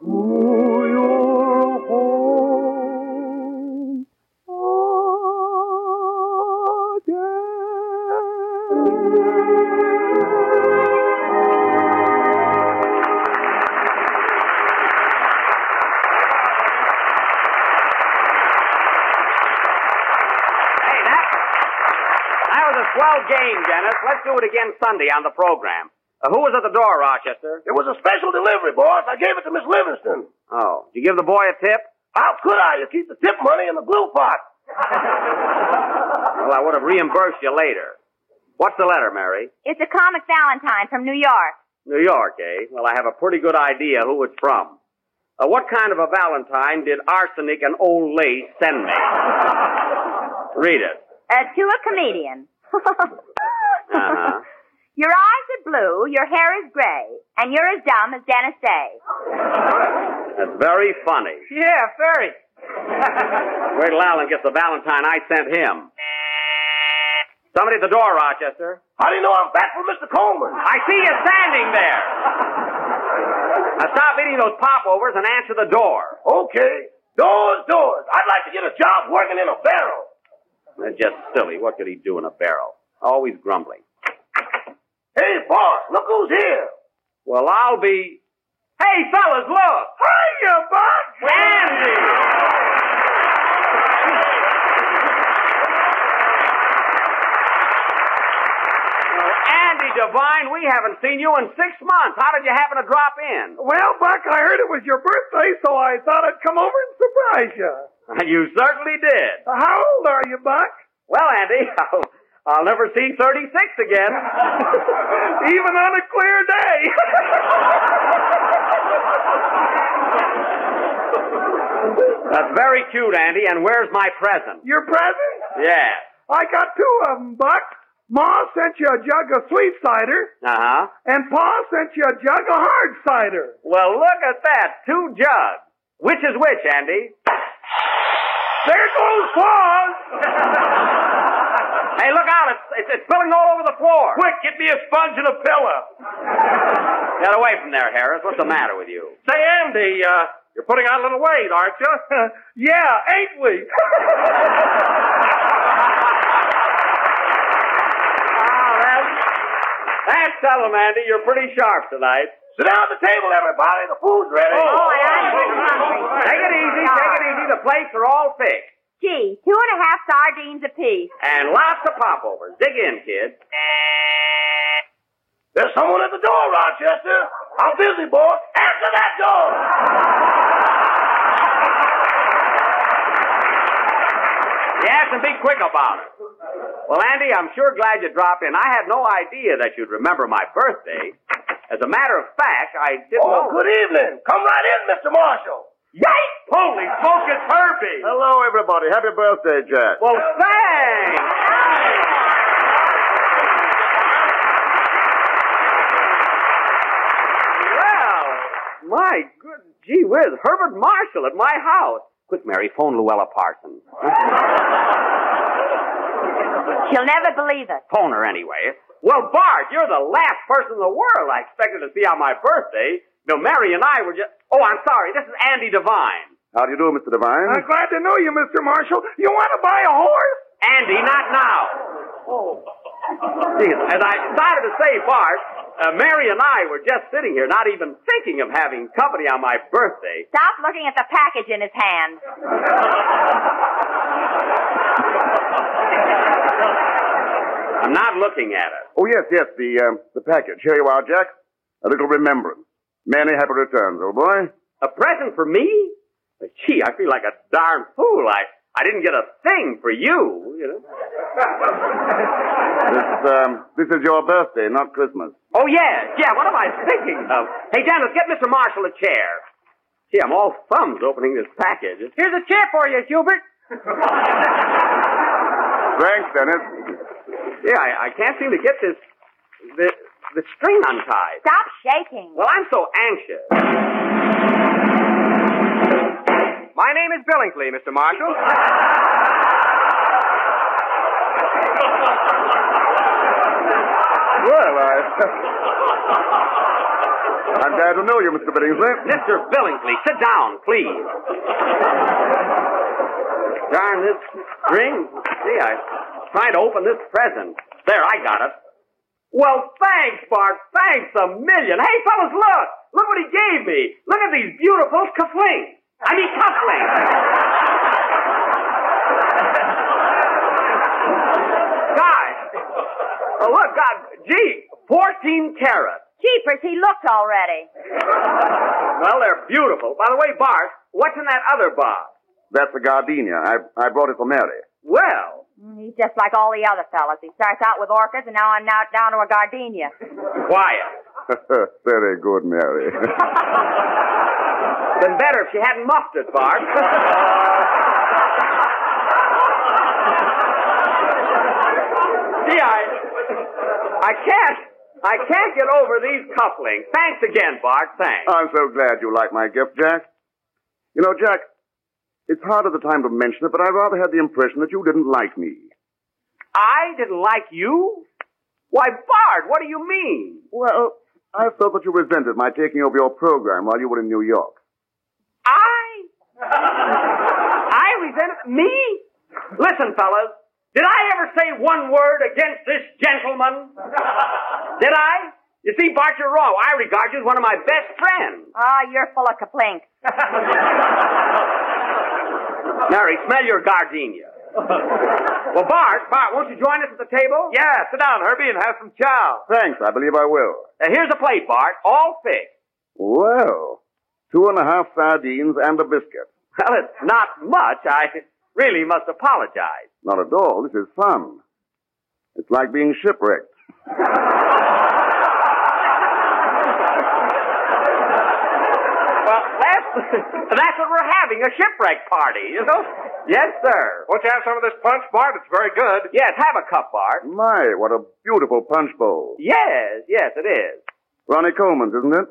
to your home That was a swell game, Dennis. Let's do it again Sunday on the program. Uh, who was at the door, Rochester? It was a special delivery, boss. I gave it to Miss Livingston. Oh, did you give the boy a tip? How could I? You keep the tip money in the blue pot. Well, I would have reimbursed you later. What's the letter, Mary? It's a comic Valentine from New York. New York, eh? Well, I have a pretty good idea who it's from. Uh, what kind of a Valentine did arsenic and old lace send me? Read it. Uh, to a comedian. Uh-huh. Your eyes are blue, your hair is gray, and you're as dumb as Dennis Day. That's very funny. Yeah, very. Wait till Alan gets the Valentine I sent him. Somebody at the door, Rochester. How do you know I'm back from Mr. Coleman? I see you standing there. Now stop eating those popovers and answer the door. Okay. Doors, doors. I'd like to get a job working in a barrel. That's just silly. What could he do in a barrel? Always grumbling. Hey, boss, look who's here. Well, I'll be. Hey, fellas, look! Hiya, boss! Andy! Andy Devine, we haven't seen you in six months. How did you happen to drop in? Well, Buck, I heard it was your birthday, so I thought I'd come over and surprise you. You certainly did. How old are you, Buck? Well, Andy, I'll, I'll never see 36 again. Even on a clear day. That's very cute, Andy. And where's my present? your present? Yeah. I got two of 'em, Buck. Ma sent you a jug of sweet cider, Uh huh. and Pa sent you a jug of hard cider. Well, look at that. Two jugs. Which is which, Andy? There goes Paws! hey, look out. It's, it's, it's spilling all over the floor. Quick, get me a sponge and a pillow. Get away from there, Harris. What's the matter with you? Say, Andy, uh, you're putting on a little weight, aren't you? yeah, ain't we? That's tell 'em, Andy. You're pretty sharp tonight. Sit down at the table, everybody. The food's ready. Oh, and I'm hungry. Take it easy. Take it easy. The plates are all thick. Gee, two and a half sardines apiece. And lots of popovers. Dig in, kid. There's someone at the door, Rochester. I'm busy, boy. Answer that door. Yes, and be quick about it. Well, Andy, I'm sure glad you dropped in. I had no idea that you'd remember my birthday. As a matter of fact, I didn't Oh, know. good evening. Come right in, Mr. Marshall. Yikes! Holy smoke, it's Herbie. Hello, everybody. Happy birthday, Jack. Well, thanks. Well, my good gee whiz, Herbert Marshall at my house. Quick, Mary, phone Luella Parsons. She'll never believe it. phone her anyway. Well, Bart, you're the last person in the world I expected to see on my birthday. No, Mary and I were just. Oh, I'm sorry. This is Andy Devine. How do you do, Mr. Devine? I'm glad to know you, Mr. Marshall. You want to buy a horse? Andy, not now. Oh. As I decided to say, Bart, uh, Mary and I were just sitting here, not even thinking of having company on my birthday. Stop looking at the package in his hand. I'm not looking at it. Oh, yes, yes, the um, the package. Here you are, Jack. A little remembrance. Many happy returns, old boy. A present for me? Gee, I feel like a darn fool. I, I didn't get a thing for you, you know. This, um, this is your birthday, not Christmas. Oh, yeah, yeah, what am I thinking of? Hey, Dennis, get Mr. Marshall a chair. Gee, I'm all thumbs opening this package. Here's a chair for you, Hubert. Thanks, Dennis. Yeah, I, I can't seem to get this, the, the string untied. Stop shaking. Well, I'm so anxious. My name is Billingsley, Mr. Marshall. Well, I. I'm glad to know you, Mr. Billingsley. Mr. Billingsley, sit down, please. Darn this string. Gee, I tried to open this present. There, I got it. Well, thanks, Bart. Thanks a million. Hey, fellas, look. Look what he gave me. Look at these beautiful cufflinks. I mean, cufflinks. Guys. Oh, look, God. Gee, 14 carats. Jeepers, he looked already. Well, they're beautiful. By the way, Bart, what's in that other box? That's a gardenia. I, I brought it for Mary. Well, Mm, He's just like all the other fellas. He starts out with orchids, and now I'm now down to a gardenia. quiet. Very good, Mary. Been better if she hadn't muffed it, Bart. See, I, I can't, I can't get over these couplings. Thanks again, Bart. Thanks. I'm so glad you like my gift, Jack. You know, Jack, it's hard at the time to mention it, but I rather had the impression that you didn't like me. I didn't like you. Why, Bart? What do you mean? Well, I felt that you resented my taking over your program while you were in New York. I, I resent me. Listen, fellas, did I ever say one word against this gentleman? Did I? You see, Bart, you're wrong. I regard you as one of my best friends. Ah, you're full of kaplink. Mary, smell your gardenia. well, Bart, Bart, won't you join us at the table? Yeah, sit down, Herbie, and have some chow. Thanks, I believe I will. Now, here's a plate, Bart, all thick. Well, two and a half sardines and a biscuit. Well, it's not much. I really must apologize. Not at all. This is fun. It's like being shipwrecked. Well, that's, that's what we're having, a shipwreck party, you know? Yes, sir. Won't you have some of this punch, Bart? It's very good. Yes, have a cup, Bart. My, what a beautiful punch bowl. Yes, yes, it is. Ronnie Coleman's, isn't it?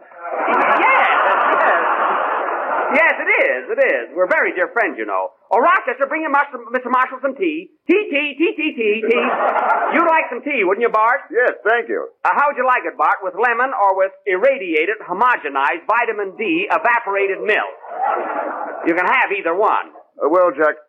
Yes, it is. It is. We're very dear friends, you know. Oh, Rochester, bring him Marshall, Mr. Marshall some tea. Tea, tea, tea, tea, tea, tea. You'd like some tea, wouldn't you, Bart? Yes, thank you. Uh, how would you like it, Bart? With lemon or with irradiated, homogenized vitamin D evaporated milk? You can have either one. Uh, well, Jack,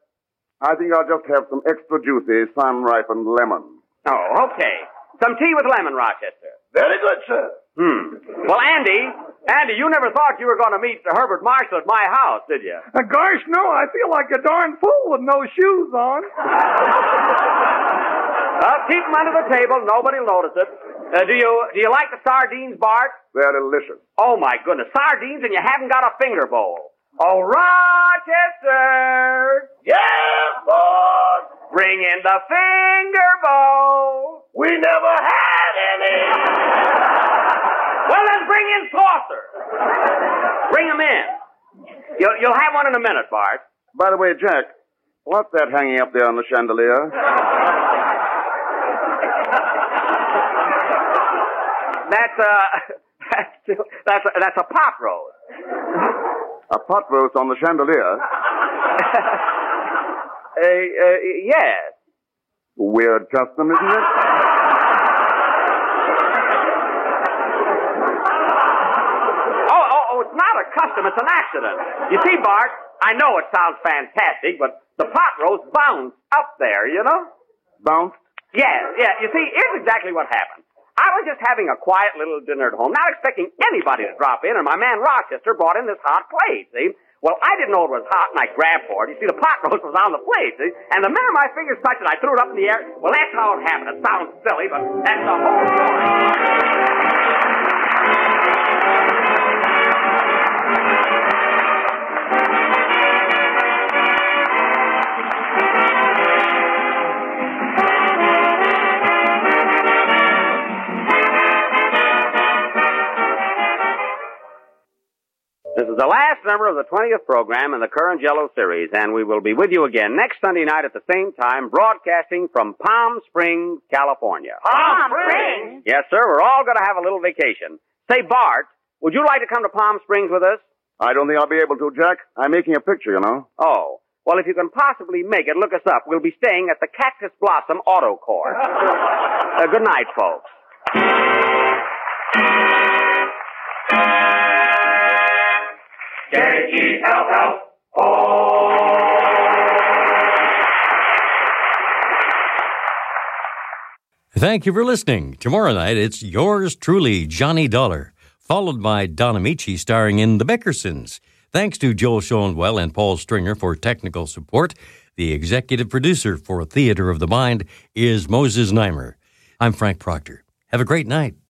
I think I'll just have some extra juicy, sun ripened lemon. Oh, okay. Some tea with lemon, Rochester. Very good, sir. Hmm. Well, Andy, Andy, you never thought you were going to meet Herbert Marshall at my house, did you? Uh, gosh, no, I feel like a darn fool with no shoes on. Well, Uh, keep them under the table. Nobody'll notice it. Uh, do you do you like the sardines, Bart? They're delicious. Oh my goodness, sardines, and you haven't got a finger bowl. Oh, Rochester! Yes, boss! Bring in the finger bowl. We never had any! Well, then bring in saucer. Bring 'em in. You'll, you'll have one in a minute, Bart. By the way, Jack, what's that hanging up there on the chandelier? That's a that's that's a, that's a pot roast. A pot roast on the chandelier. Uh, uh, yes. Weird custom, isn't it? Oh, oh, oh, it's not a custom, it's an accident. You see, Bart, I know it sounds fantastic, but the pot roast bounced up there, you know? Bounced? Yes, yeah. You see, here's exactly what happened. I was just having a quiet little dinner at home, not expecting anybody to drop in, and my man Rochester brought in this hot plate, see? Well, I didn't know it was hot, and I grabbed for it. You see, the pot roast was on the plate, see? And the minute my fingers touched it, I threw it up in the air. Well, that's how it happened. It sounds silly, but that's the whole story. This is the last number of the 20th program in the current Jello series, and we will be with you again next Sunday night at the same time, broadcasting from Palm Springs, California. Palm Springs? Yes, sir, we're all going to have a little vacation. Say, Bart, would you like to come to Palm Springs with us? I don't think I'll be able to, Jack. I'm making a picture, you know. Oh, well, if you can possibly make it, look us up. We'll be staying at the Cactus Blossom Auto Court. uh, good night, folks. E J-E-L-L. Thank you for listening. Tomorrow night, it's yours truly, Johnny Dollar, followed by Don Amici starring in The Beckersons. Thanks to Joel Schoenwell and Paul Stringer for technical support. The executive producer for Theater of the Mind is Moses Neimer. I'm Frank Proctor. Have a great night.